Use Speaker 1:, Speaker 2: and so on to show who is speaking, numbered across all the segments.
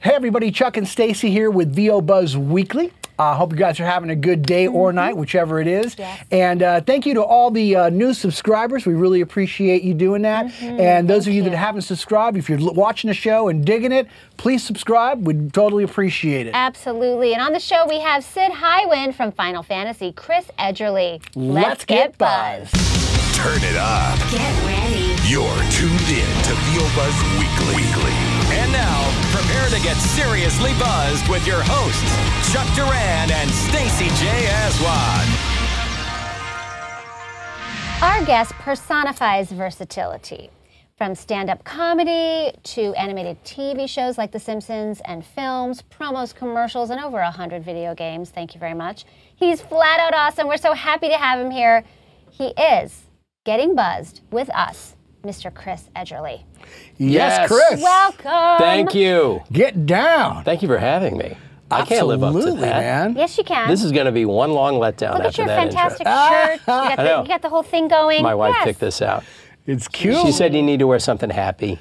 Speaker 1: Hey, everybody, Chuck and Stacy here with VO Buzz Weekly. I hope you guys are having a good day or night, whichever it is.
Speaker 2: Mm-hmm. Yes.
Speaker 1: And uh, thank you to all the uh, new subscribers. We really appreciate you doing that.
Speaker 2: Mm-hmm.
Speaker 1: And those of you, that haven't subscribed, if you're l- watching the show and digging it, please subscribe. We'd totally appreciate it.
Speaker 2: Absolutely. And on the show, we have Sid Highwind from Final Fantasy, Chris Edgerly.
Speaker 3: Turn it up.
Speaker 4: Get ready.
Speaker 3: You're tuned in to VO Buzz Weekly. Weekly.
Speaker 5: And now, prepare to get seriously buzzed with your hosts, Chuck Duran and Stacy J. Aswan.
Speaker 2: Our guest personifies versatility. From stand up comedy to animated TV shows like The Simpsons and films, promos, commercials, and over 100 video games. Thank you very much. He's flat out awesome. We're so happy to have him here. He is getting buzzed with us, Mr. Chris Edgerly.
Speaker 1: Yes,
Speaker 6: Yes.
Speaker 1: Chris.
Speaker 2: Welcome.
Speaker 6: Thank you.
Speaker 1: Get down.
Speaker 6: Thank you for having me. I can't live up to
Speaker 1: Absolutely,
Speaker 6: that.
Speaker 1: man.
Speaker 2: Yes, you can.
Speaker 6: This is going to be one long letdown
Speaker 2: Look at
Speaker 6: after
Speaker 2: your
Speaker 6: that
Speaker 2: fantastic
Speaker 6: intro.
Speaker 2: shirt. You got, the,
Speaker 6: know.
Speaker 2: you got the whole thing going.
Speaker 6: My wife
Speaker 2: Yes.
Speaker 6: picked this out.
Speaker 1: It's cute.
Speaker 6: She said you need to wear something happy.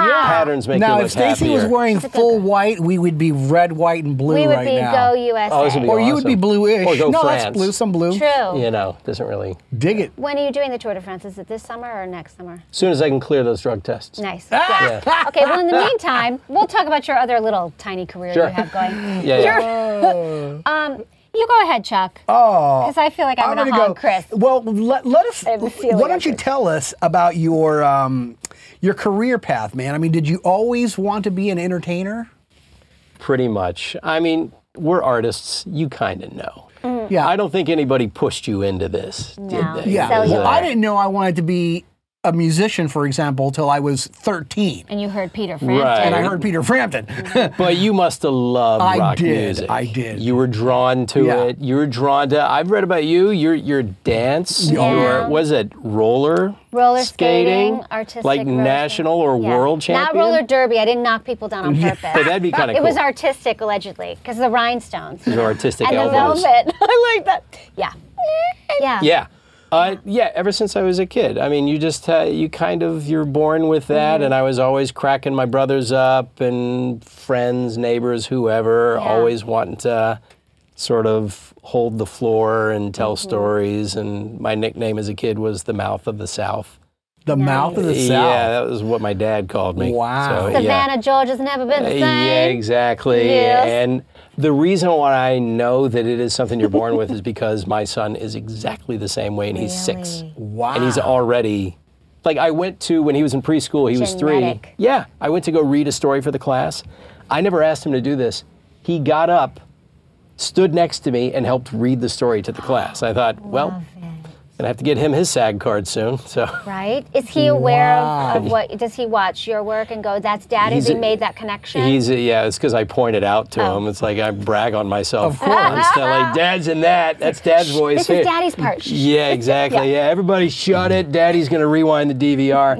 Speaker 6: Patterns make
Speaker 1: now,
Speaker 6: you
Speaker 1: if
Speaker 6: look
Speaker 1: Stacy
Speaker 6: happier.
Speaker 1: was wearing full white, we would be red, white, and blue
Speaker 2: We would
Speaker 1: right
Speaker 2: be
Speaker 1: now.
Speaker 2: go USA.
Speaker 6: Oh, this would be
Speaker 1: or you would be
Speaker 6: Awesome.
Speaker 1: bluish.
Speaker 6: Or go
Speaker 1: no, that's
Speaker 6: France.
Speaker 1: blue. Some blue.
Speaker 2: True.
Speaker 6: you know, doesn't really.
Speaker 1: Dig it.
Speaker 2: When are you doing the Tour de France? Is it this summer or next summer?
Speaker 6: As soon as I can clear those drug tests.
Speaker 2: Nice.
Speaker 6: Ah!
Speaker 2: Good. Okay, well, in the meantime, we'll talk about your other little tiny career
Speaker 6: Sure.
Speaker 2: you have going.
Speaker 6: Yeah, yeah.
Speaker 2: Um, you go ahead, Chuck.
Speaker 1: Oh.
Speaker 2: Because I feel like I'm, going to hog Chris.
Speaker 1: Well, let, let us.
Speaker 2: have a feeling
Speaker 1: Why
Speaker 2: I
Speaker 1: don't you
Speaker 2: could.
Speaker 1: tell us about your um, your career path, man? I mean, did you always want to be an entertainer?
Speaker 6: Pretty much. I mean, we're artists. You kind of know.
Speaker 2: Mm.
Speaker 1: Yeah.
Speaker 6: I don't think anybody pushed you into this,
Speaker 2: No.
Speaker 6: did they?
Speaker 1: Mm. yeah.
Speaker 2: So
Speaker 6: It was
Speaker 2: you
Speaker 6: a-
Speaker 2: are.
Speaker 1: I didn't know I wanted to be a musician, for example, till I was 13,
Speaker 2: And you heard Peter Frampton.
Speaker 6: Right.
Speaker 1: and I heard Peter Frampton.
Speaker 6: But you must have loved
Speaker 1: I
Speaker 6: rock
Speaker 1: did,
Speaker 6: music.
Speaker 1: I did.
Speaker 6: You were drawn to
Speaker 1: Yeah.
Speaker 6: it. You were drawn to. I've read about you. Your your dance.
Speaker 2: Yeah.
Speaker 6: Your was it roller?
Speaker 2: Roller skating, artistic
Speaker 6: Like
Speaker 2: roller
Speaker 6: national or
Speaker 2: Yeah.
Speaker 6: world champion.
Speaker 2: Not roller derby. I didn't knock people down on purpose.
Speaker 6: But that'd be kinda
Speaker 2: It was
Speaker 6: cool.
Speaker 2: artistic, allegedly, because the rhinestones.
Speaker 6: Your artistic
Speaker 2: and
Speaker 6: elbows.
Speaker 2: the velvet. I like that. Yeah. Yeah.
Speaker 6: Yeah. Uh, yeah, ever since I was a kid. I mean, you just, uh, you kind of, you're born with that. And I was always cracking my brothers up and friends, neighbors, whoever,
Speaker 2: Yeah.
Speaker 6: always wanting to sort of hold the floor and tell stories. And my nickname as a kid was the mouth of the South.
Speaker 1: the mouth of the
Speaker 6: Yeah,
Speaker 1: South.
Speaker 6: that was what my dad called me.
Speaker 1: Wow.
Speaker 6: So, yeah.
Speaker 2: Savannah, Georgia's never been the same.
Speaker 6: Yeah, exactly.
Speaker 2: Yes.
Speaker 6: And the reason why I know that it is something you're born with is because my son is exactly the same way, and he's six.
Speaker 2: Really?
Speaker 1: Wow.
Speaker 6: And he's already, like, I went to when he was in preschool, he was
Speaker 2: Genetic.
Speaker 6: three. Yeah, I went to go read a story for the class. I never asked him to do this. He got up, stood next to me, and helped read the story to the class. I thought, well, gonna have to get him his SAG card soon. So.
Speaker 2: Right? Is he aware
Speaker 1: Wow.
Speaker 2: of, of what? Does he watch your work and go, "That's dad"? Has
Speaker 6: He's
Speaker 2: he
Speaker 6: a-
Speaker 2: made that connection?
Speaker 6: He's uh, yeah, it's because I pointed out to
Speaker 2: Oh.
Speaker 6: him. It's like I brag on myself.
Speaker 1: Of course.
Speaker 6: Constantly. Dad's in that. That's Dad's voice.
Speaker 2: this
Speaker 6: here."
Speaker 2: is daddy's part. Shh.
Speaker 6: Yeah, exactly. yeah. everybody shut it. Daddy's gonna rewind the DVR.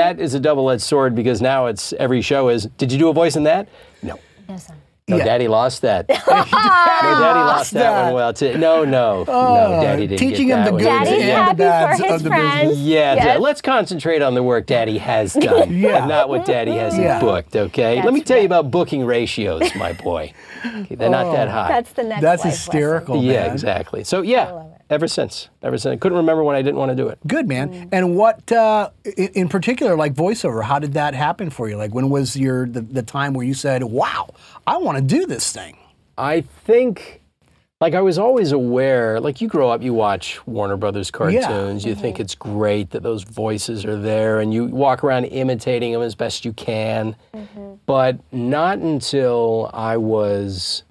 Speaker 6: that is a double-edged sword because now it's every show is. Did you do a voice in that? No.
Speaker 2: No, son.
Speaker 6: No,
Speaker 1: Yeah.
Speaker 6: Daddy lost that. no, Daddy lost that,
Speaker 1: that.
Speaker 6: one. Well, it's no, no, no. Daddy didn't
Speaker 1: Oh, teaching
Speaker 6: get
Speaker 1: him
Speaker 6: that
Speaker 1: the
Speaker 6: one.
Speaker 1: goods
Speaker 6: Yeah.
Speaker 2: Daddy's
Speaker 1: and
Speaker 6: yeah.
Speaker 1: the
Speaker 2: happy
Speaker 1: bads
Speaker 2: for
Speaker 1: of
Speaker 2: his
Speaker 1: the business.
Speaker 2: friends.
Speaker 6: Yeah, let's concentrate on the work Daddy has done,
Speaker 1: Yeah.
Speaker 6: and not what Daddy hasn't
Speaker 1: Yeah.
Speaker 6: booked. Okay, let
Speaker 2: That's
Speaker 6: me tell you
Speaker 2: right.
Speaker 6: about booking ratios, my boy. Okay, they're not that high.
Speaker 2: That's the next.
Speaker 1: That's
Speaker 2: life
Speaker 1: hysterical,
Speaker 6: yeah,
Speaker 1: Oh. man.
Speaker 6: exactly. So yeah, ever since, ever since, I couldn't remember when I didn't want to do it.
Speaker 1: Good man. And what uh, in, in particular, like voiceover, how did that happen for you? Like, when was your the, the time where you said, "Wow, I want to do this thing"?
Speaker 6: I think, like, I was always aware, like, you grow up, you watch Warner Brothers cartoons, you
Speaker 2: Mm-hmm.
Speaker 6: think it's great that those voices are there, and you walk around imitating them as best you can.
Speaker 2: Mm-hmm.
Speaker 6: But not until I was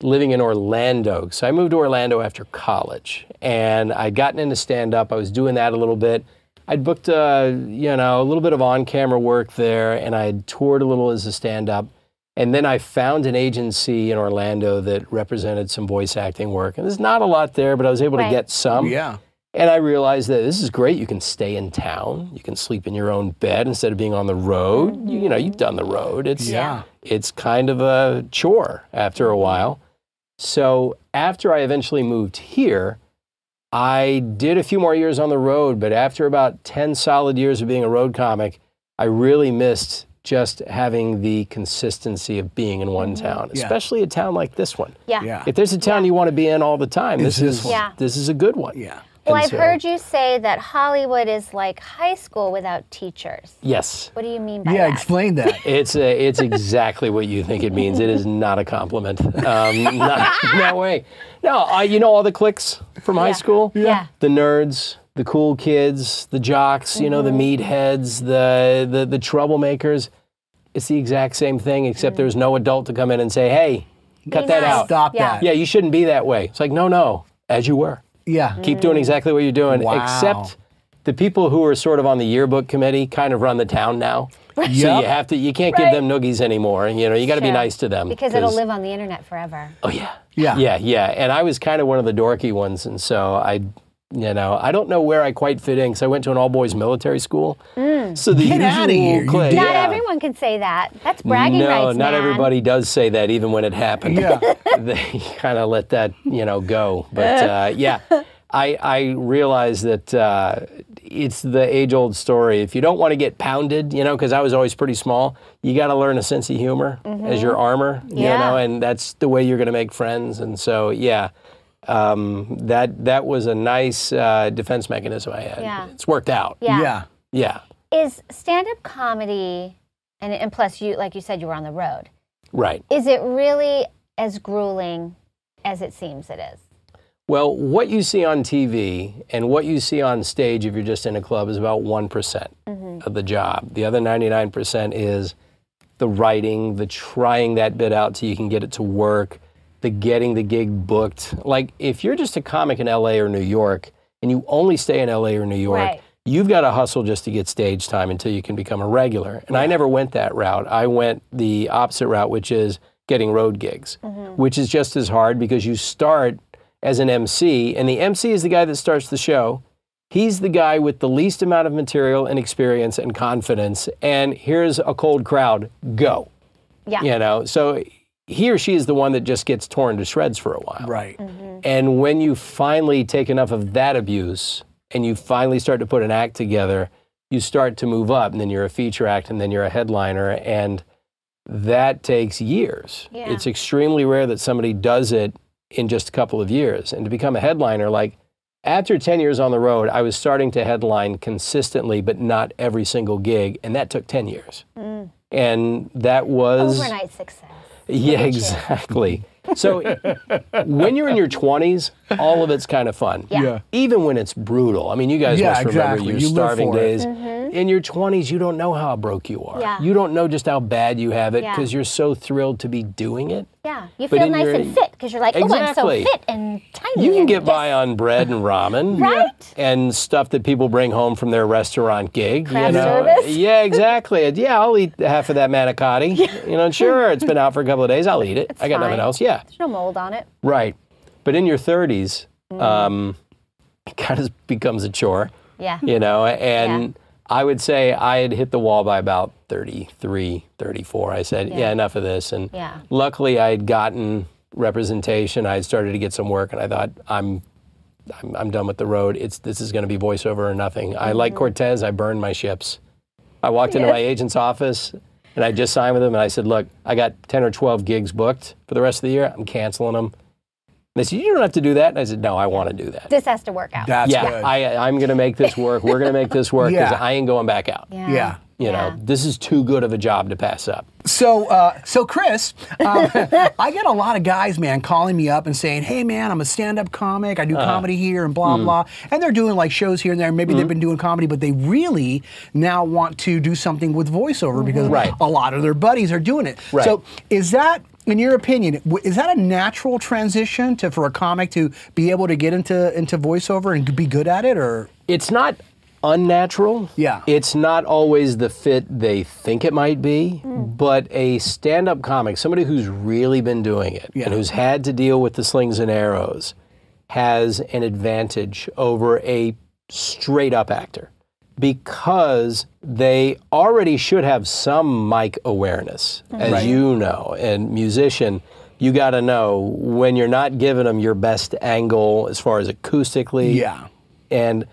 Speaker 6: living in Orlando. So I moved to Orlando after college, and I'd gotten into stand up, I was doing that a little bit. I'd booked, uh, you know, a little bit of on-camera work there, and I had toured a little as a stand-up. And then I found an agency in Orlando that represented some voice acting work. And there's not a lot there, but I was able
Speaker 2: Right.
Speaker 6: to get some.
Speaker 1: Yeah.
Speaker 6: And I realized that this is great. You can stay in town. You can sleep in your own bed instead of being on the road. You, you know, you've done the road. It's
Speaker 1: Yeah.
Speaker 6: it's kind of a chore after a while. So after I eventually moved here, I did a few more years on the road, but after about 10 solid years of being a road comic, I really missed just having the consistency of being in one town, especially a town like this one.
Speaker 2: Yeah.
Speaker 1: Yeah.
Speaker 6: If there's a town you want to be in all the time, this,
Speaker 1: this
Speaker 6: is
Speaker 1: one.
Speaker 2: Yeah.
Speaker 6: this is a good one.
Speaker 1: Yeah.
Speaker 2: Well,
Speaker 6: And
Speaker 2: I've
Speaker 6: so-
Speaker 2: heard you say that Hollywood is like high school without teachers.
Speaker 6: Yes.
Speaker 2: What do you mean by
Speaker 1: Yeah,
Speaker 2: that?
Speaker 1: explain that.
Speaker 6: It's a, it's exactly what you think it means. It is not a compliment. Um, not, no way. No, I, you know all the cliques from high
Speaker 2: Yeah.
Speaker 6: school.
Speaker 2: Yeah.
Speaker 6: The nerds, the cool kids, the jocks. You know the
Speaker 2: Mm-hmm.
Speaker 6: meatheads, the the the troublemakers. It's the exact same thing, except
Speaker 2: Mm.
Speaker 6: there's no adult to come in and say, "Hey, cut that
Speaker 2: nice.
Speaker 6: out.
Speaker 1: Stop
Speaker 2: Yeah.
Speaker 1: that.
Speaker 6: Yeah, you shouldn't be that way." It's like, no, no, as you were.
Speaker 1: Yeah.
Speaker 6: Keep doing exactly what you're doing,
Speaker 1: Mm. Wow.
Speaker 6: except the people who are sort of on the yearbook committee kind of run the town now. So
Speaker 1: Yep.
Speaker 6: you have to, you can't
Speaker 2: Right.
Speaker 6: give them noogies anymore. And you know, you got to be
Speaker 2: True.
Speaker 6: nice to them
Speaker 2: Because it'll live on the internet forever.
Speaker 6: Oh yeah,
Speaker 1: Yeah.
Speaker 6: yeah, yeah. And I was kind of one of the dorky ones, and so I, you know, I don't know where I quite fit in because I went to an all boys military school. So the
Speaker 1: Mm. Get
Speaker 6: usual
Speaker 1: outta here, you
Speaker 6: clique-
Speaker 1: did.
Speaker 2: Not
Speaker 6: yeah.
Speaker 2: everyone can say that. That's bragging
Speaker 6: no,
Speaker 2: rights,
Speaker 6: not
Speaker 2: man.
Speaker 6: everybody does say that, even when it happened.
Speaker 1: Yeah.
Speaker 6: they kind of let that, you know, go. But uh, yeah, I, I realize that uh, it's the age old story. If you don't want to get pounded, you know, because I was always pretty small, you got to learn a sense of humor as your armor, you
Speaker 2: Mm-hmm. Yeah.
Speaker 6: know, and that's the way you're going to make friends. And so, yeah. Um, that that was a nice uh, defense mechanism I had.
Speaker 2: Yeah.
Speaker 6: It's worked out.
Speaker 2: Yeah.
Speaker 1: Yeah.
Speaker 6: Yeah.
Speaker 2: Is stand-up comedy, and, and plus you, like you said, you were on the road.
Speaker 6: Right.
Speaker 2: Is it really as grueling as it seems it is?
Speaker 6: Well, what you see on TV and what you see on stage if you're just in a club is about one of the job. The other 99% is the writing, the trying that bit out so you can get it to work, the getting the gig booked. Like if you're just a comic in LA or New York and you only stay in LA or New York,
Speaker 2: Right.
Speaker 6: you've got to hustle just to get stage time until you can become a regular. And I never went that route. I went the opposite route, which is getting road gigs, which is just as hard because you start as an MC and the MC is the guy that starts the show. He's the guy with the least amount of material and experience and confidence. And here's a cold crowd. Go.
Speaker 2: Yeah.
Speaker 6: You know, so he or she is the one that just gets torn to shreds for a while.
Speaker 1: Right.
Speaker 6: And when you finally take enough of that abuse and you finally start to put an act together, you start to move up and then you're a feature act and then you're a headliner and that takes years.
Speaker 2: Yeah.
Speaker 6: It's extremely rare that somebody does it in just a couple of years. And to become a headliner like after 10 years on the road, I was starting to headline consistently but not every single gig and that took 10 years. And that was
Speaker 2: Overnight success.
Speaker 6: yeah, exactly. So when you're in your 20s, all of it's kind of fun.
Speaker 2: Yeah.
Speaker 1: Yeah.
Speaker 6: Even when it's brutal. I mean, you guys
Speaker 1: Yeah,
Speaker 6: must remember
Speaker 1: exactly.
Speaker 6: your
Speaker 1: You live
Speaker 6: starving
Speaker 1: for it.
Speaker 6: days. In your 20s, you don't know how broke you are.
Speaker 2: Mm-hmm. Yeah.
Speaker 6: You don't know just how bad you have it
Speaker 2: Yeah.
Speaker 6: because you're so thrilled to be doing it.
Speaker 2: Yeah. You
Speaker 6: But
Speaker 2: feel
Speaker 6: in
Speaker 2: nice
Speaker 6: your-
Speaker 2: and fit because you're like, oh, I'm
Speaker 6: Exactly.
Speaker 2: so fit and tiny.
Speaker 6: You can
Speaker 2: and
Speaker 6: get by
Speaker 2: this."
Speaker 6: on bread and ramen,
Speaker 2: Right?
Speaker 6: And stuff that people bring home from their restaurant gig.
Speaker 2: Craft
Speaker 6: you know?
Speaker 2: service?
Speaker 6: Yeah, exactly. yeah, I'll eat half of that manicotti. You know, sure, it's been out for a couple of days. I'll eat it. I got nothing
Speaker 2: fine.
Speaker 6: else. Yeah.
Speaker 2: There's no mold on it.
Speaker 6: Right. But in your 30s, um, it kind of becomes a chore,
Speaker 2: Yeah.
Speaker 6: you know? And I would say I had hit the wall by about 33, 34. I said, yeah, enough of this. And
Speaker 2: Yeah.
Speaker 6: luckily, I had gotten representation. I had started to get some work, and I thought, I'm. I'm, I'm done with the road. It's this is going to be voiceover or nothing. I like
Speaker 2: Mm-hmm.
Speaker 6: Cortez. I burned my ships. I walked into my agent's office and I just signed with him and I said, Look, I got 10 or 12 gigs booked for the rest of the year. I'm canceling them. They said, You don't have to do that. And I said, No, I want to do that.
Speaker 2: This has to work out.
Speaker 1: That's
Speaker 6: yeah,
Speaker 1: good.
Speaker 6: I, I'm going to make this work. We're going to make this work because
Speaker 1: Yeah.
Speaker 6: I ain't going back out.
Speaker 2: yeah.
Speaker 1: yeah.
Speaker 6: You
Speaker 2: Yeah.
Speaker 6: know, this is too good of a job to pass up.
Speaker 1: So, uh, so Chris, um, I get a lot of guys, man, calling me up and saying, "Hey, man, I'm a stand-up comic. I
Speaker 6: Uh-huh.
Speaker 1: do comedy here and
Speaker 6: Hmm.
Speaker 1: blah blah." And they're doing like shows here and there. Maybe they've been doing comedy, but they really now want to do something with voiceover because
Speaker 6: Right.
Speaker 1: a lot of their buddies are doing it.
Speaker 6: Right.
Speaker 1: So, is that, in your opinion, w- is that a natural transition to for a comic to be able to get into into voiceover and be good at it, or
Speaker 6: it's not unnatural.
Speaker 1: Yeah.
Speaker 6: It's not always the fit they think it might be,
Speaker 1: Mm.
Speaker 6: but a stand up comic, somebody who's really been doing it
Speaker 1: Yeah.
Speaker 6: and who's had to deal with the slings and arrows, has an advantage over a straight up actor because they already should have some mic awareness,
Speaker 1: Mm-hmm.
Speaker 6: as you know, and musician. You got to know when you're not giving them your best angle as far as acoustically,
Speaker 1: yeah,
Speaker 6: and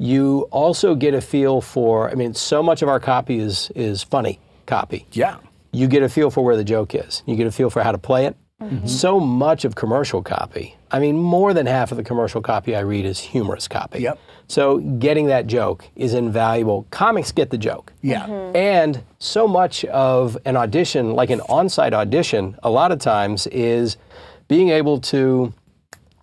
Speaker 6: you also get a feel for i mean so much of our copy is is funny copy.
Speaker 1: Yeah.
Speaker 6: You get a feel for where the joke is. You get a feel for how to play it. So much of commercial copy, I mean, more than half of the commercial copy I read is humorous copy.
Speaker 1: Yep.
Speaker 6: So getting that joke is invaluable. Comics get the joke.
Speaker 1: Yeah.
Speaker 6: And so much of an audition, like an on site audition, a lot of times is being able to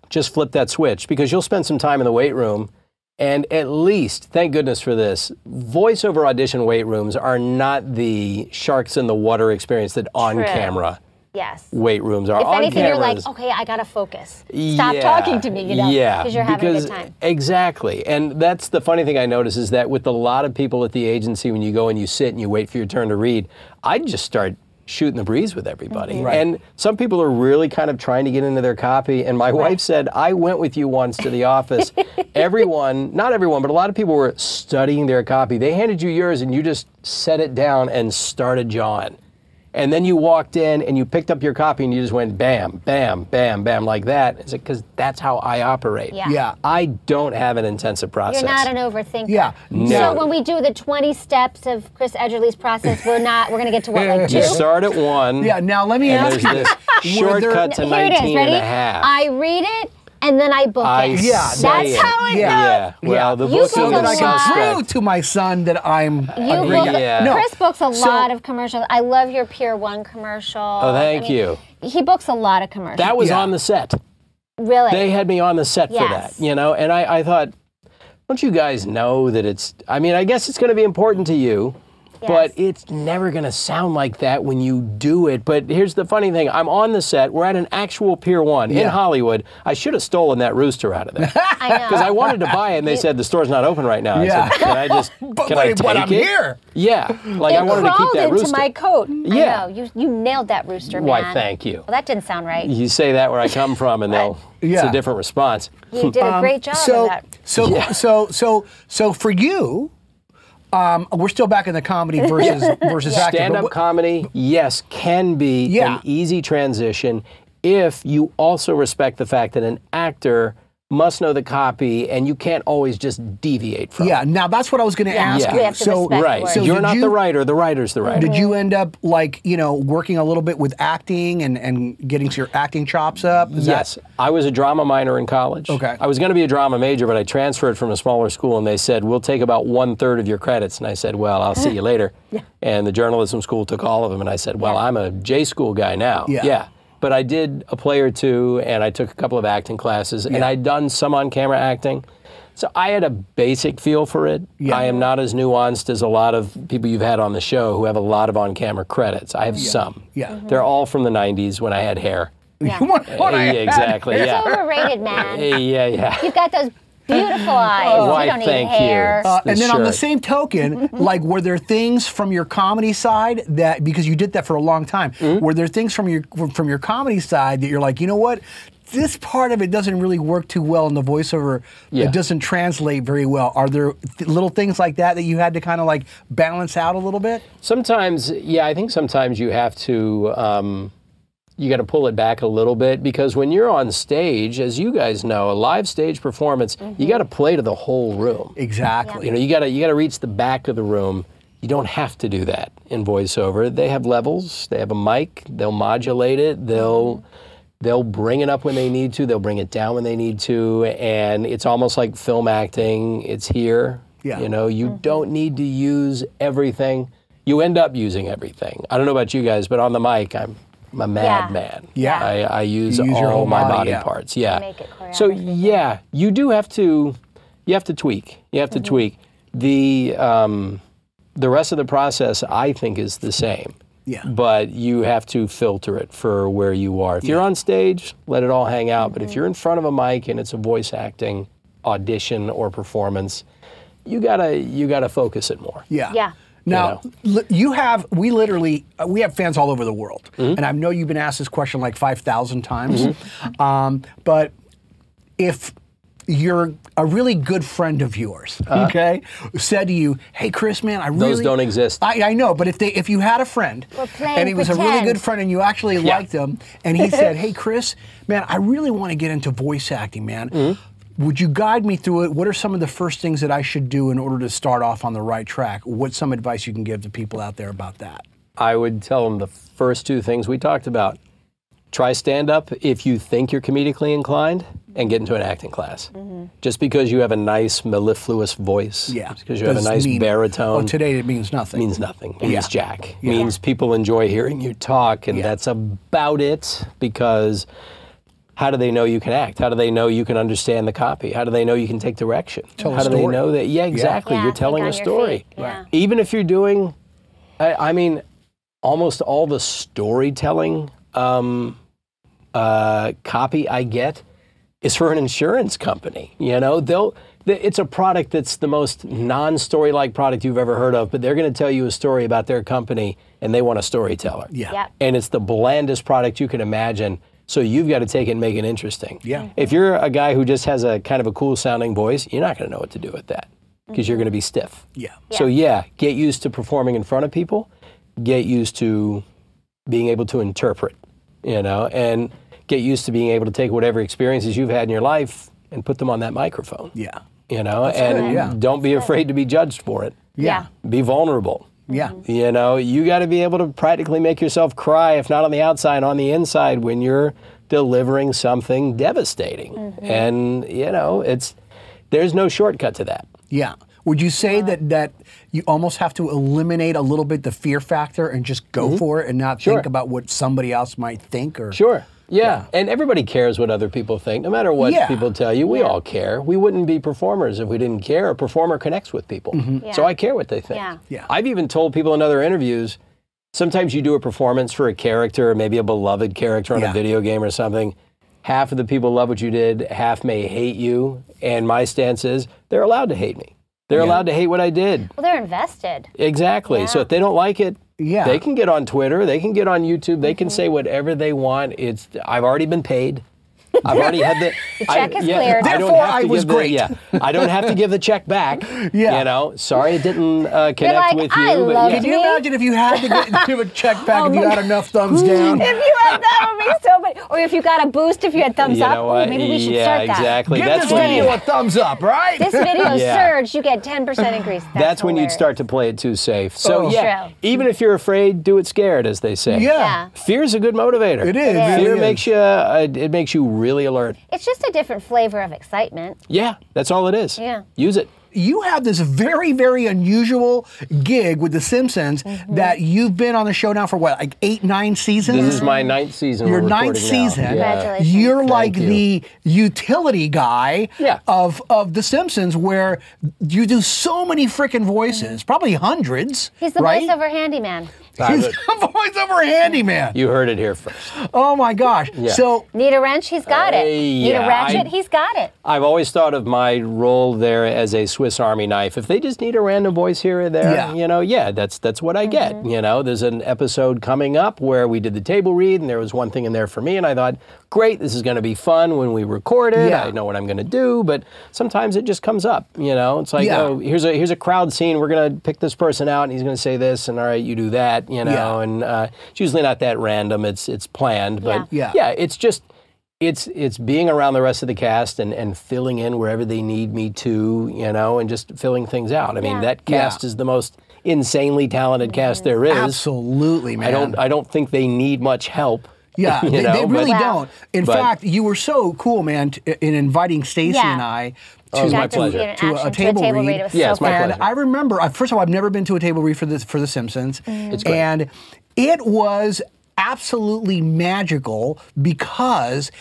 Speaker 6: just flip that switch because you'll spend some time in the weight room. And at least, thank goodness for this, voiceover audition weight rooms are not the sharks in the water experience that on camera
Speaker 2: Yes.
Speaker 6: weight rooms are.
Speaker 2: If
Speaker 6: on
Speaker 2: anything, you're like,
Speaker 6: cameras-
Speaker 2: okay, I gotta focus. Stop
Speaker 6: yeah.
Speaker 2: talking to me, you know,
Speaker 6: Yeah,
Speaker 2: because you're having
Speaker 6: because-
Speaker 2: a good time.
Speaker 6: Exactly, and that's the funny thing I notice is that with a lot of people at the agency, when you go and you sit and you wait for your turn to read, I just start shooting the breeze with everybody.
Speaker 2: Mm-hmm.
Speaker 1: Right.
Speaker 6: And some people are really kind of trying to get into their copy. And my wife said, I went with you once to the office. everyone, not everyone, but a lot of people were studying their copy. They handed you yours, and you just set it down and started jawing. And then you walked in and you picked up your copy and you just went bam, bam, bam, bam, like that. It's because that's how I operate.
Speaker 2: Yeah.
Speaker 1: Yeah.
Speaker 6: I don't have an intensive process.
Speaker 2: You're not an overthinker.
Speaker 1: Yeah.
Speaker 2: So
Speaker 6: No.
Speaker 2: when we do the 20 steps of Chris Edgerly's process, we're not. We're gonna get to what like two.
Speaker 6: you start at one.
Speaker 1: Yeah, now let me
Speaker 6: and
Speaker 1: ask
Speaker 6: there's
Speaker 1: you
Speaker 6: this
Speaker 1: this. Were there-
Speaker 6: shortcut to
Speaker 2: Here it is.
Speaker 6: 19 and
Speaker 2: Ready?
Speaker 6: a half.
Speaker 2: I read it and then I book
Speaker 6: I
Speaker 2: it.
Speaker 1: Yeah,
Speaker 6: say
Speaker 2: that's
Speaker 6: it.
Speaker 2: how
Speaker 1: Yeah.
Speaker 2: it
Speaker 6: Yeah.
Speaker 1: goes.
Speaker 6: Well, the
Speaker 2: You
Speaker 6: book
Speaker 2: book
Speaker 1: so
Speaker 2: a
Speaker 1: that I
Speaker 2: lot.
Speaker 1: can prove to my son that I'm
Speaker 2: You
Speaker 1: agreeing.
Speaker 2: book,
Speaker 6: Yeah.
Speaker 1: No.
Speaker 2: Chris books a
Speaker 1: So-
Speaker 2: lot of commercials. I love your Pier One commercial.
Speaker 6: Oh, thank
Speaker 2: I mean,
Speaker 6: you.
Speaker 2: He books a lot of commercials.
Speaker 6: That was
Speaker 1: Yeah.
Speaker 6: on the set.
Speaker 2: really.
Speaker 6: They had me on the set for
Speaker 2: Yes.
Speaker 6: that, you know, and I, I thought, don't you guys know that it's, I mean, I guess it's going to be important to you, but it's never going to sound like that when you do it. But here's the funny thing I'm on the set, we're at an actual Pier 1 in
Speaker 1: Yeah.
Speaker 6: Hollywood. I should have stolen that rooster out of there.
Speaker 2: I know.
Speaker 6: Because I wanted to buy it, and they said the store's not open right now.
Speaker 1: Yeah.
Speaker 6: I said, can I just?
Speaker 1: But
Speaker 6: can I
Speaker 1: wait,
Speaker 6: take
Speaker 1: but I'm
Speaker 6: it?
Speaker 1: here.
Speaker 6: Yeah, like
Speaker 2: it
Speaker 6: I wanted to keep
Speaker 2: crawled
Speaker 6: that
Speaker 2: into
Speaker 6: rooster.
Speaker 2: my coat.
Speaker 6: Yeah.
Speaker 2: I know. You you nailed that rooster, man.
Speaker 6: Why, thank you.
Speaker 2: Well, that didn't sound right.
Speaker 6: You say that where I come from, and they'll. It's
Speaker 1: Yeah.
Speaker 6: a different response.
Speaker 2: You did a great job
Speaker 1: Um, so,
Speaker 2: of that.
Speaker 1: So, so, so, so for you, um, we're still back in the comedy versus versus acting.
Speaker 6: Stand up comedy, yes, can be
Speaker 1: Yeah.
Speaker 6: an easy transition if you also respect the fact that an actor must know the copy and you can't always just deviate from
Speaker 1: Yeah.
Speaker 6: it.
Speaker 1: Now that's what I was going to ask.
Speaker 6: Yeah.
Speaker 1: you.
Speaker 6: We
Speaker 2: have to
Speaker 1: so,
Speaker 2: respect Mm-hmm.
Speaker 6: Right.
Speaker 2: Right.
Speaker 1: So
Speaker 6: You're
Speaker 1: did
Speaker 6: not
Speaker 1: you-
Speaker 6: the writer, the writer's the writer.
Speaker 1: Did you end up like you know working a little bit with acting and and getting your acting chops up? Is that-
Speaker 6: Yes, I was a drama minor in college.
Speaker 1: Okay.
Speaker 6: I was going to be a drama major, but I transferred from a smaller school, and they said we'll take about one third of your credits. And I said, well, I'll see you later. Yeah. And the journalism school took all of them, and I said, well, I'm a J school guy now.
Speaker 1: Yeah.
Speaker 6: But I did a play or two, and I took a couple of acting classes, and I'd done some on camera acting. So I had a basic feel for it.
Speaker 1: Yeah.
Speaker 6: I am not as nuanced as a lot of people you've had on the show who have a lot of on camera credits. I have some.
Speaker 1: Yeah.
Speaker 6: They're all from the 90s when I had hair.
Speaker 2: Yeah.
Speaker 1: What- what I
Speaker 6: Yeah,
Speaker 1: had.
Speaker 6: exactly.
Speaker 2: It's
Speaker 6: Yeah.
Speaker 2: overrated, man.
Speaker 6: Yeah, yeah, yeah.
Speaker 2: You've got those beautiful eyes.
Speaker 6: Why,
Speaker 2: you don't need
Speaker 6: thank you.
Speaker 2: hair.
Speaker 1: Uh,
Speaker 6: the
Speaker 1: and then on the
Speaker 6: shirt.
Speaker 1: same token, like were there things from your comedy side that because you did that for a long time, were there things from your from your comedy side that you're like, you know what, this part of it doesn't really work too well in the voiceover.
Speaker 6: Yeah.
Speaker 1: It doesn't translate very well. Are there th- little things like that that you had to kind of like balance out a little bit?
Speaker 6: Sometimes, yeah, I think sometimes you have to, um, you got to pull it back a little bit because when you're on stage, as you guys know, a live stage performance, you got to play to the whole room.
Speaker 1: Exactly.
Speaker 6: You know, you got to you got to reach the back of the room. You don't have to do that in voiceover. They have levels. They have a mic. They'll modulate it. They'll
Speaker 1: Mm-hmm.
Speaker 6: they'll bring it up when they need to. They'll bring it down when they need to. And it's almost like film acting. It's here.
Speaker 1: Yeah. Mm-hmm.
Speaker 6: You know, you don't need to use everything. You end up using everything. I don't know about you guys, but on the mic, I'm I'm a madman.
Speaker 1: Yeah.
Speaker 6: I, I use,
Speaker 1: You use
Speaker 6: all
Speaker 1: your whole
Speaker 6: my
Speaker 1: body,
Speaker 6: body,
Speaker 1: yeah.
Speaker 6: parts. Yeah.
Speaker 2: Make it
Speaker 6: so
Speaker 2: choreography.
Speaker 6: yeah, you do have to, you have to tweak. You have to tweak. The um, the rest of the process, I think, is the same.
Speaker 1: Yeah.
Speaker 6: But you have to filter it for where you are. If you're on stage, let it all hang out. But if you're in front of a mic and it's a voice acting audition or performance, you gotta you gotta focus it more.
Speaker 1: Yeah.
Speaker 2: Yeah.
Speaker 1: Now li- you have we literally uh, we have fans all over the world,
Speaker 6: Mm-hmm.
Speaker 1: and I know you've been asked this question like five thousand times,
Speaker 6: Mm-hmm.
Speaker 1: um, but if you're a really good friend of yours, okay, said to you, "Hey, Chris, man, I really
Speaker 6: Mm-hmm. don't exist.
Speaker 1: I, I know, but if they if you had a friend
Speaker 2: We're playing
Speaker 1: and he was a really
Speaker 2: pretend.
Speaker 1: good friend and you actually
Speaker 6: Yeah.
Speaker 1: liked him, and he said, "Hey, Chris, man, I really want to get into voice acting, man."
Speaker 6: Mm-hmm.
Speaker 1: Would you guide me through it? What are some of the first things that I should do in order to start off on the right track? What's some advice you can give to people out there about that?
Speaker 6: I would tell them the first two things we talked about. Try stand up if you think you're comedically inclined and get into an acting class. Just because you have a nice mellifluous voice,
Speaker 1: Mm-hmm. Yeah.
Speaker 6: just because you have a
Speaker 1: Doesn't
Speaker 6: nice
Speaker 1: mean-
Speaker 6: baritone,
Speaker 1: Oh, today it means nothing.
Speaker 6: means nothing. It means
Speaker 1: Yeah.
Speaker 6: jack. Means people enjoy hearing you talk, and
Speaker 1: Yeah.
Speaker 6: that's about it. Because how do they know you can act? How do they know you can understand the copy? How do they know you can take direction?
Speaker 1: Tell a
Speaker 6: how do they
Speaker 1: story.
Speaker 6: know that? Yeah, exactly.
Speaker 2: Yeah,
Speaker 6: You're
Speaker 2: think
Speaker 6: telling
Speaker 2: on
Speaker 6: a
Speaker 2: your
Speaker 6: story.
Speaker 2: feet. Yeah.
Speaker 6: Even if you're doing, I, I mean, almost all the storytelling um, uh, copy I get is for an insurance company. You know, they'll. th- It's a product that's the most non-story-like product you've ever heard of, but they're going to tell you a story about their company, and they want a storyteller.
Speaker 1: Yeah.
Speaker 2: Yep.
Speaker 6: And it's the blandest product you can imagine. So you've got to take it and make it interesting.
Speaker 1: Yeah.
Speaker 6: If you're a guy who just has a kind of a cool-sounding voice, you're not going to know what to do with that because you're going to be stiff.
Speaker 1: Mm-hmm. Yeah.
Speaker 6: So yeah, get used to performing in front of people. Get used to being able to interpret, you know, and get used to being able to take whatever experiences you've had in your life and put them on that microphone.
Speaker 1: Yeah.
Speaker 6: You know, and
Speaker 1: good, yeah.
Speaker 6: don't be afraid to be judged for it.
Speaker 2: Yeah.
Speaker 6: Be vulnerable.
Speaker 1: Yeah.
Speaker 6: You know, you got to be able to practically make yourself cry, if not on the outside, on the inside when you're delivering something devastating. And, you know, it's there's no shortcut to that.
Speaker 1: Yeah. Would you say that that you almost have to eliminate a little bit the fear factor and just go
Speaker 6: Mm-hmm.
Speaker 1: for it and not think about what somebody else might think or
Speaker 6: Sure. Yeah. And everybody cares what other people think. No matter what
Speaker 1: Yeah.
Speaker 6: people tell you, we all care. We wouldn't be performers if we didn't care. A performer connects with people. So
Speaker 2: Yeah.
Speaker 6: I care what they think.
Speaker 2: Yeah.
Speaker 1: Mm-hmm. Yeah.
Speaker 6: I've even told people in other interviews sometimes you do a performance for a character, or maybe a beloved character on
Speaker 1: Yeah.
Speaker 6: a video game or something. Half of the people love what you did, half may hate you. And my stance is they're allowed to hate me. They're allowed to hate what I did.
Speaker 2: Well, they're invested.
Speaker 6: Exactly. So
Speaker 2: Yeah.
Speaker 6: if they don't like it,
Speaker 1: Yeah.
Speaker 6: they can get on Twitter, they can get on YouTube, they
Speaker 2: Mhm.
Speaker 6: can say whatever they want. It's I've already been paid. I've already had the,
Speaker 2: check is cleared.
Speaker 6: don't
Speaker 1: Therefore,
Speaker 6: have
Speaker 1: I
Speaker 6: to
Speaker 1: was
Speaker 6: give the-
Speaker 1: great.
Speaker 6: yeah, I don't have to give the check back.
Speaker 1: Yeah.
Speaker 6: you know, sorry it didn't uh, connect
Speaker 2: like,
Speaker 6: with you.
Speaker 2: "I
Speaker 6: but
Speaker 2: love
Speaker 6: yeah.
Speaker 1: Can you
Speaker 2: Me?
Speaker 1: imagine if you had to get, give a check back
Speaker 2: Oh
Speaker 1: if you
Speaker 2: my
Speaker 1: had enough thumbs down?
Speaker 2: If you had that would be so many. Or if you got a boost, if you had thumbs
Speaker 6: You
Speaker 2: up,
Speaker 6: know
Speaker 2: ooh,
Speaker 6: what?
Speaker 2: maybe we should
Speaker 6: yeah,
Speaker 2: start that.
Speaker 6: exactly.
Speaker 1: Give
Speaker 6: that's
Speaker 1: this
Speaker 6: when
Speaker 1: video
Speaker 6: you,
Speaker 1: a thumbs up, right?
Speaker 2: This video
Speaker 6: Yeah.
Speaker 2: surged, you get 10% increase. That's,
Speaker 6: that's when you'd
Speaker 2: hilarious.
Speaker 6: start to play it too safe. So
Speaker 1: Oh.
Speaker 6: yeah,
Speaker 2: True.
Speaker 6: even if you're afraid, do it scared, as they say.
Speaker 1: yeah.
Speaker 2: Yeah.
Speaker 6: Fear is a good motivator.
Speaker 1: It is.
Speaker 2: It is.
Speaker 1: really
Speaker 6: Fear
Speaker 1: is.
Speaker 6: makes you. Uh, it makes you really alert.
Speaker 2: It's just a different flavor of excitement.
Speaker 6: Yeah, that's all it is.
Speaker 2: Yeah.
Speaker 6: Use it.
Speaker 1: you have this very, very unusual gig with The Simpsons
Speaker 2: Mm-hmm.
Speaker 1: that you've been on the show now for what, like eight, nine seasons?
Speaker 6: This is my ninth season.
Speaker 1: your
Speaker 6: we're
Speaker 1: ninth
Speaker 6: recording now.
Speaker 1: season.
Speaker 6: Yeah.
Speaker 2: Congratulations.
Speaker 1: You're like
Speaker 6: you.
Speaker 1: the utility guy
Speaker 6: Yeah.
Speaker 1: of of The Simpsons, where you do so many freaking voices, probably hundreds.
Speaker 2: Mm. He's the
Speaker 1: right?
Speaker 2: voiceover handyman.
Speaker 1: He's the voiceover handyman.
Speaker 6: You heard it here first.
Speaker 1: Oh my gosh! So
Speaker 2: Need a wrench? He's got
Speaker 6: Uh,
Speaker 2: it. Need
Speaker 6: yeah,
Speaker 2: a ratchet?
Speaker 6: I-
Speaker 2: he's got it.
Speaker 6: I've always thought of my role there as a Swiss Army knife. If they just need a random voice here or there,
Speaker 1: Yeah.
Speaker 6: you know, yeah, that's that's what I get. You know, there's an episode coming up where we did the table read, and there was one thing in there for me, and I thought, great, this is going to be fun when we record it.
Speaker 1: Yeah.
Speaker 6: I know what I'm going to do, but sometimes it just comes up. You know, it's like,
Speaker 1: Yeah.
Speaker 6: oh, here's a here's a crowd scene. We're going to pick this person out, and he's going to say this, and all right, you do that. You know,
Speaker 1: Yeah.
Speaker 6: and uh, it's usually not that random. It's it's planned, but
Speaker 1: Yeah. Yeah.
Speaker 6: yeah, it's just it's it's being around the rest of the cast and, and filling in wherever they need me to, you know, and just filling things out. I mean,
Speaker 2: Yeah.
Speaker 6: that cast is the most insanely talented cast there is.
Speaker 1: absolutely, man.
Speaker 6: I don't I don't think they need much help.
Speaker 1: Yeah,
Speaker 6: you
Speaker 1: they,
Speaker 6: know,
Speaker 1: they
Speaker 6: but-
Speaker 1: really
Speaker 2: Wow.
Speaker 1: don't. In
Speaker 6: but-
Speaker 1: fact, you were so cool, man, t- in inviting Stacy
Speaker 2: Yeah.
Speaker 1: and I
Speaker 6: Oh, it
Speaker 1: to,
Speaker 6: was my
Speaker 2: Got to see
Speaker 6: pleasure.
Speaker 2: it in
Speaker 1: to
Speaker 2: action,
Speaker 1: a table, read.
Speaker 2: It was
Speaker 6: Yeah,
Speaker 2: so
Speaker 6: it's my
Speaker 2: fun.
Speaker 1: and
Speaker 6: pleasure.
Speaker 1: I remember, I, first of all, I've never been to a table read for the for the Simpsons,
Speaker 6: Mm. great.
Speaker 1: and it was absolutely magical because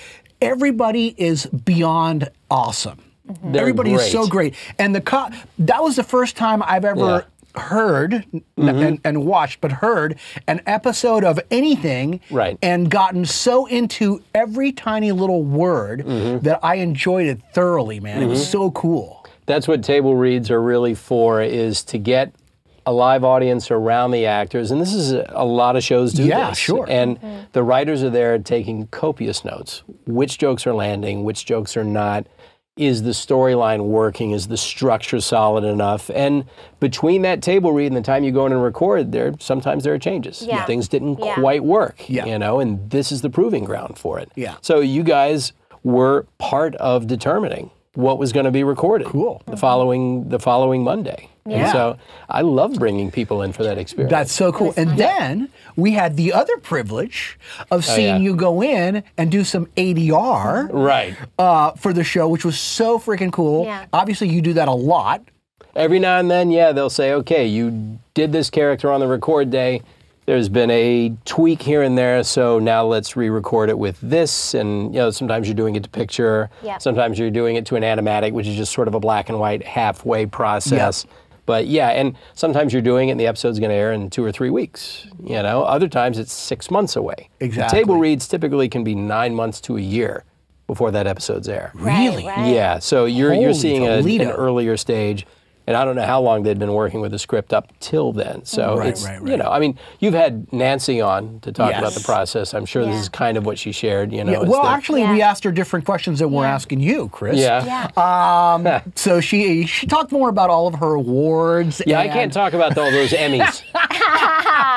Speaker 1: everybody is beyond awesome.
Speaker 6: Mm-hmm. They're
Speaker 1: everybody is so great, and the co- that was the first time I've ever. Heard n-
Speaker 6: Mm-hmm.
Speaker 1: and, and watched, but heard an episode of anything,
Speaker 6: Right.
Speaker 1: And gotten so into every tiny little word
Speaker 6: Mm-hmm.
Speaker 1: that I enjoyed it thoroughly, man. It was so cool.
Speaker 6: That's what table reads are really for is to get a live audience around the actors, and this is a, a lot of shows do
Speaker 1: Yeah,
Speaker 6: this.
Speaker 1: sure.
Speaker 6: And
Speaker 2: Mm-hmm.
Speaker 6: the writers are there taking copious notes. Which jokes are landing? Which jokes are not? Is the storyline working? Is the structure solid enough? And between that table read and the time you go in and record, there sometimes there are changes.
Speaker 2: Yeah.
Speaker 6: Things didn't
Speaker 2: Yeah.
Speaker 6: quite work.
Speaker 1: Yeah.
Speaker 6: You know, and this is the proving ground for it.
Speaker 1: Yeah.
Speaker 6: So you guys were part of determining what was going to be recorded.
Speaker 1: Cool.
Speaker 6: The following the following Monday. And
Speaker 2: Yeah.
Speaker 6: so I love bringing people in for that experience.
Speaker 1: That's so cool.
Speaker 2: was
Speaker 1: And
Speaker 2: fun.
Speaker 1: then we had the other privilege of seeing
Speaker 6: Oh, yeah.
Speaker 1: you go in and do some ADR
Speaker 6: right.
Speaker 1: uh, for the show, which was so freaking cool.
Speaker 2: Yeah.
Speaker 1: Obviously, you do that a lot.
Speaker 6: Every now and then, yeah, they'll say, okay, you did this character on the record day. There's been a tweak here and there, so now let's re-record it with this. And you know, sometimes you're doing it to picture.
Speaker 2: Yeah.
Speaker 6: Sometimes you're doing it to an animatic, which is just sort of a black and white halfway process. But yeah, and sometimes you're doing it, and the episode's going to air in two or three weeks. You know, other times it's six months away. The
Speaker 1: Exactly.
Speaker 6: table reads typically can be nine months to a year before that episode's air.
Speaker 1: Really?
Speaker 2: Right, right.
Speaker 6: Yeah, so you're you're
Speaker 1: Holy
Speaker 6: seeing a, an
Speaker 1: Toledo.
Speaker 6: earlier stage, and I don't know how long they'd been working with the script up till then. So
Speaker 1: Right,
Speaker 6: it's
Speaker 1: right,
Speaker 6: you
Speaker 1: right.
Speaker 6: know, I mean, you've had Nancy on to talk about the
Speaker 1: Yes.
Speaker 6: process. I'm sure
Speaker 2: Yeah.
Speaker 6: this is kind of what she shared. You know,
Speaker 1: Yeah,
Speaker 6: is
Speaker 1: well,
Speaker 6: that-
Speaker 1: actually, we
Speaker 2: Yeah.
Speaker 1: asked her different questions than we're
Speaker 2: Yeah.
Speaker 1: asking you, Chris.
Speaker 6: yeah.
Speaker 2: Yeah.
Speaker 1: So she she talked more about all of her awards.
Speaker 6: Yeah, I
Speaker 1: and-
Speaker 6: can't talk about all those Emmys. Not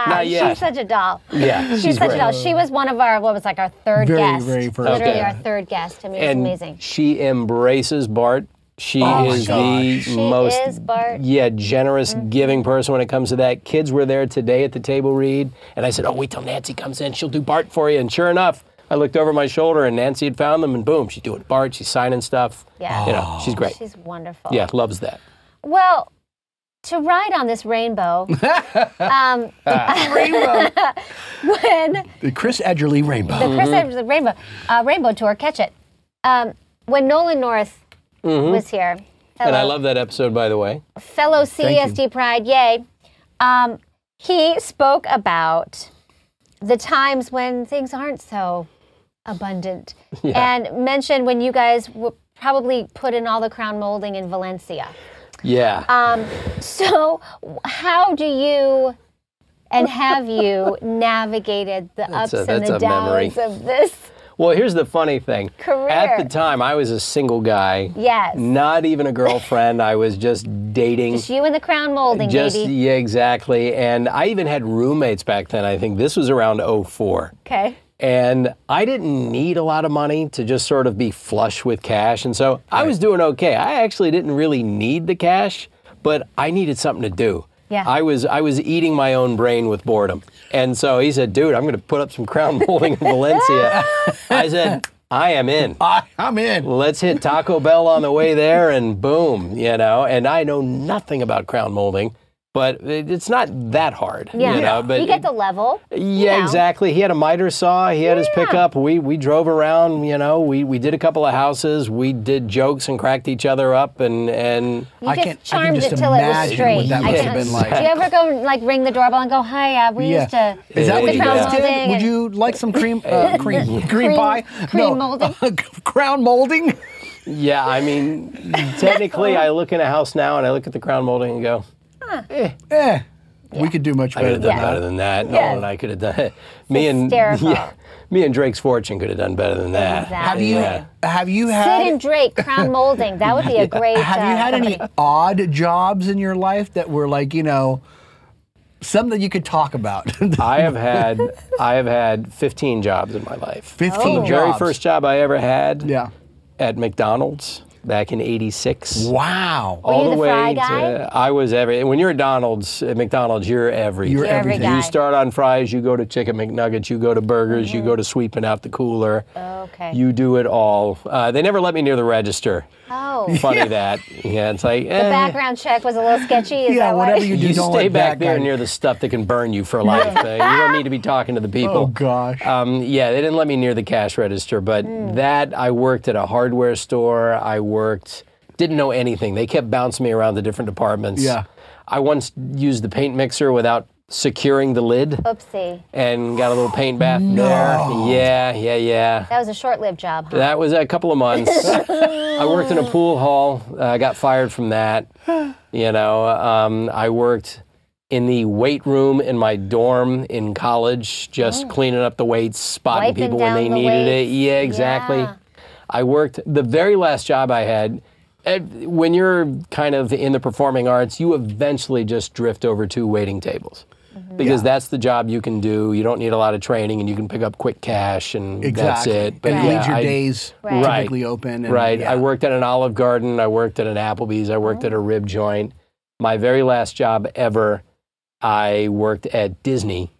Speaker 2: Ah, She's
Speaker 6: yet.
Speaker 2: such a doll.
Speaker 6: Yeah,
Speaker 2: She's,
Speaker 6: she's
Speaker 2: such a
Speaker 6: great.
Speaker 2: doll. She was one of our, what was like our third
Speaker 1: Very,
Speaker 2: guest.
Speaker 1: very first
Speaker 2: Literally
Speaker 6: guest.
Speaker 2: our third guest. I mean, it was
Speaker 6: and
Speaker 2: amazing.
Speaker 6: she embraces Bart. She
Speaker 1: Oh my
Speaker 6: is the
Speaker 1: gosh.
Speaker 2: She
Speaker 6: most
Speaker 2: is Bart. Mm-hmm.
Speaker 6: yeah generous, giving person when it comes to that. Kids were there today at the table read, and I said, "Oh, wait till Nancy comes in; she'll do Bart for you." And sure enough, I looked over my shoulder, and Nancy had found them, and boom, she's doing Bart. She's signing stuff.
Speaker 2: Yeah.
Speaker 6: you know, she's great.
Speaker 2: Oh. She's wonderful.
Speaker 6: yeah, loves that.
Speaker 2: Well, to ride on this rainbow, um,
Speaker 1: Rainbow.
Speaker 2: when
Speaker 1: The Chris Edgerly Rainbow.
Speaker 2: the
Speaker 6: Mm-hmm.
Speaker 2: Chris Evans Rainbow uh, Rainbow Tour, catch it. Um, when Nolan North was here, fellow,
Speaker 6: Mm-hmm. And I love that episode, by the way.
Speaker 2: fellow CESD Pride, yay! Um, he spoke about the times when things aren't so abundant, and mentioned when you guys w- probably put in all the crown molding in Valencia. Um,
Speaker 6: Yeah,
Speaker 2: Uh, So, w- how do you and have you navigated the ups
Speaker 6: That's a-
Speaker 2: and the
Speaker 6: that's a memory.
Speaker 2: downs of this?
Speaker 6: Well, here's the funny thing. At
Speaker 2: Career.
Speaker 6: the time, I was a single guy.
Speaker 2: Yes.
Speaker 6: Not even a girlfriend. I was just dating.
Speaker 2: It's you and the crown molding,
Speaker 6: just
Speaker 2: baby.
Speaker 6: yeah, exactly. And I even had roommates back then. I think this was around 04.
Speaker 2: Okay.
Speaker 6: And I didn't need a lot of money to just sort of be flush with cash. And so I was doing okay. I actually didn't really need the cash, but I needed something to do.
Speaker 2: Yeah.
Speaker 6: I was I was eating my own brain with boredom. And so he said, dude, I'm gonna put up some crown molding in Valencia. I said, I am in
Speaker 1: I, I'm in.
Speaker 6: let's hit Taco Bell on the way there, and boom, you know. And I know nothing about crown molding, but it, it's not that hard,
Speaker 2: Yeah.
Speaker 6: you know. But
Speaker 2: you get the level.
Speaker 6: yeah,
Speaker 2: know.
Speaker 6: exactly. He had a miter saw. He had his pickup. We we drove around. You know, we we did a couple of houses. We did jokes and cracked each other up, and and
Speaker 2: You
Speaker 1: I
Speaker 2: just
Speaker 1: can't- I can
Speaker 2: charmed
Speaker 1: just
Speaker 2: it till it was
Speaker 1: imagine what
Speaker 2: straight.
Speaker 1: that
Speaker 2: I
Speaker 1: must
Speaker 6: have
Speaker 2: can't-
Speaker 6: been like.
Speaker 2: Do you ever go like ring the doorbell and go, "Hi, uh, we used to."
Speaker 1: Is that
Speaker 6: Yeah,
Speaker 1: what
Speaker 2: the
Speaker 1: you
Speaker 2: crown
Speaker 1: guys did?
Speaker 2: molding
Speaker 1: Would
Speaker 2: and-
Speaker 1: you like some cream, uh, cream, green
Speaker 2: Cream-
Speaker 1: pie?
Speaker 2: cream molding?
Speaker 1: crown molding?
Speaker 6: yeah, I mean, technically, I look in a house now and I look at the crown molding and go,
Speaker 1: Eh, we could do much
Speaker 6: I could
Speaker 1: better than
Speaker 6: have done
Speaker 2: Yeah.
Speaker 6: better than that. No
Speaker 2: Yeah.
Speaker 6: and I could have done it. Me and
Speaker 2: hysterical.
Speaker 6: yeah, me and Drake's fortune could have done better than that.
Speaker 2: Exactly.
Speaker 1: Have you
Speaker 6: Yeah.
Speaker 1: have you had
Speaker 2: Sid and Drake crown molding. That would be a great.
Speaker 1: have
Speaker 2: uh,
Speaker 1: you had any
Speaker 2: company.
Speaker 1: odd jobs in your life that were like you know something that you could talk about?
Speaker 6: I have had I have had 15 jobs in my life.
Speaker 1: Fifteen
Speaker 2: Oh.
Speaker 1: jobs.
Speaker 6: The very first job I ever had
Speaker 1: Yeah.
Speaker 6: at McDonald's back in 86.
Speaker 1: Wow.
Speaker 6: All
Speaker 2: you
Speaker 6: the,
Speaker 2: the
Speaker 6: way
Speaker 2: fry
Speaker 6: to
Speaker 2: guy?
Speaker 6: I was every when you're at Donald's at McDonald's, you're everything.
Speaker 1: You're You're every everything.
Speaker 2: guy.
Speaker 6: You start on fries, you go to chicken McNuggets, you go to burgers, you go to sweeping out the cooler.
Speaker 2: Mm-hmm. Okay.
Speaker 6: You do it all. Uh, they never let me near the register.
Speaker 2: Oh,
Speaker 6: Funny that. Yeah, it's like eh,
Speaker 2: the background check was a little sketchy. Is
Speaker 1: Yeah,
Speaker 2: that
Speaker 1: whatever
Speaker 2: why?
Speaker 1: you do,
Speaker 6: you
Speaker 1: don't
Speaker 6: stay
Speaker 1: let
Speaker 6: back
Speaker 1: that
Speaker 6: there
Speaker 1: guy-
Speaker 6: near the stuff that can burn you for life. uh, you don't need to be talking to the people.
Speaker 1: Oh gosh.
Speaker 6: Um, yeah, they didn't let me near the cash register, but that I worked at a hardware store. I worked, didn't know anything. They kept bouncing me around the different departments.
Speaker 1: Yeah.
Speaker 6: I once used the paint mixer without securing the lid
Speaker 2: Oh. Oopsie.
Speaker 6: and got a little paint bath there. Yeah, yeah, yeah.
Speaker 2: That was a short-lived job, huh?
Speaker 6: That was a couple of months. I worked in a pool hall. Uh, I got fired from that. You know, um, I worked in the weight room in my dorm in college, just cleaning up the weights, spotting
Speaker 2: Oh. Wiping
Speaker 6: people when
Speaker 2: down
Speaker 6: they
Speaker 2: the
Speaker 6: needed
Speaker 2: weights.
Speaker 6: it. Yeah, exactly.
Speaker 2: Yeah.
Speaker 6: I worked the very last job I had. eh, When you're kind of in the performing arts, you eventually just drift over to waiting tables.
Speaker 2: Mm-hmm.
Speaker 6: Because that's the job you can do. You don't need a lot of training, and you can pick up quick cash, and
Speaker 1: exactly.
Speaker 6: that's it.
Speaker 1: But it
Speaker 2: Right.
Speaker 1: leaves your
Speaker 6: I-
Speaker 1: days
Speaker 2: Right.
Speaker 1: typically open. And,
Speaker 6: Right.
Speaker 1: yeah.
Speaker 2: Oh.
Speaker 6: I worked at an Olive Garden. I worked at an Applebee's. I worked at a rib joint. my very last job ever, I worked at Disney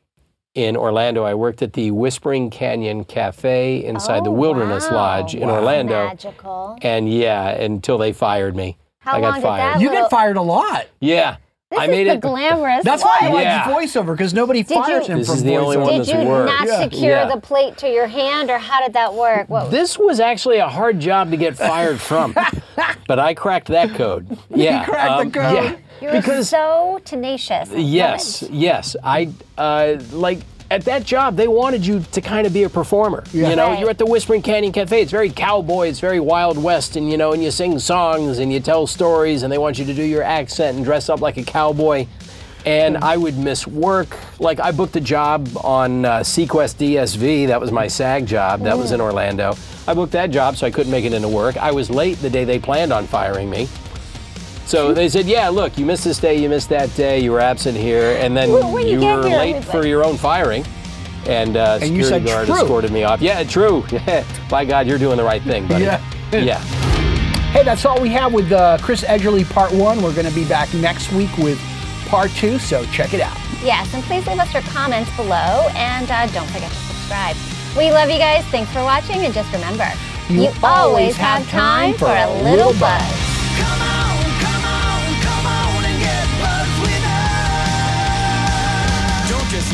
Speaker 6: in Orlando. I worked at the Whispering Canyon Cafe inside the
Speaker 2: Oh,
Speaker 6: Wilderness
Speaker 2: wow.
Speaker 6: Lodge in
Speaker 2: Wow.
Speaker 6: Orlando.
Speaker 2: Magical.
Speaker 6: And yeah, until they fired me.
Speaker 2: How
Speaker 6: I got
Speaker 2: long did
Speaker 6: fired.
Speaker 2: that
Speaker 1: You
Speaker 2: Well-
Speaker 1: get fired a lot.
Speaker 6: Yeah.
Speaker 2: This
Speaker 6: I
Speaker 2: is
Speaker 6: made
Speaker 2: the
Speaker 6: it.
Speaker 2: glamorous.
Speaker 1: That's why I
Speaker 2: life.
Speaker 1: like
Speaker 6: Yeah.
Speaker 1: voiceover because nobody fires
Speaker 2: you-
Speaker 1: him
Speaker 6: This
Speaker 1: from
Speaker 6: is the only
Speaker 1: voiceover.
Speaker 6: one
Speaker 2: Did
Speaker 6: that's
Speaker 2: you
Speaker 6: worked.
Speaker 2: not
Speaker 1: Yeah.
Speaker 2: secure
Speaker 6: Yeah.
Speaker 2: the plate to your hand, or how did that work? What,
Speaker 6: this was actually a hard job to get fired from, but I cracked that code. Yeah, um,
Speaker 1: cracked the code.
Speaker 6: Yeah,
Speaker 2: you were so tenacious. I love
Speaker 6: Yes,
Speaker 2: it.
Speaker 6: yes. I uh, like at that job they wanted you to kind of be a performer. You know,
Speaker 2: Right.
Speaker 6: you're at the Whispering Canyon Cafe. It's very cowboy. It's very Wild West, and you know, and you sing songs and you tell stories, and they want you to do your accent and dress up like a cowboy. And I would miss work. Like I booked a job on uh, Sequest DSV. That was my SAG job. That was in Orlando. I booked that job, so I couldn't make it into work. I was late the day they planned on firing me. So they said, yeah, look, you missed this day, you missed that day, you were absent here, and then
Speaker 2: Well, when you
Speaker 6: you
Speaker 2: get
Speaker 6: were
Speaker 2: here,
Speaker 6: late
Speaker 2: it's
Speaker 6: for
Speaker 2: like-
Speaker 6: your own firing. And, uh,
Speaker 1: And you
Speaker 6: security
Speaker 1: said,
Speaker 6: guard
Speaker 1: "True."
Speaker 6: escorted me off. Yeah, true. By God, you're doing the right thing, buddy.
Speaker 1: Yeah.
Speaker 6: yeah.
Speaker 1: Hey, that's all we have with uh, Chris Edgerly Part 1. We're going to be back next week with Part 2, so check it out.
Speaker 2: Yes, and please leave us your comments below, and uh, don't forget to subscribe. We love you guys. Thanks for watching, and just remember,
Speaker 1: You always have time for a little buzz.
Speaker 4: Come on, come on, come on and get buzzed with us.
Speaker 5: Don't just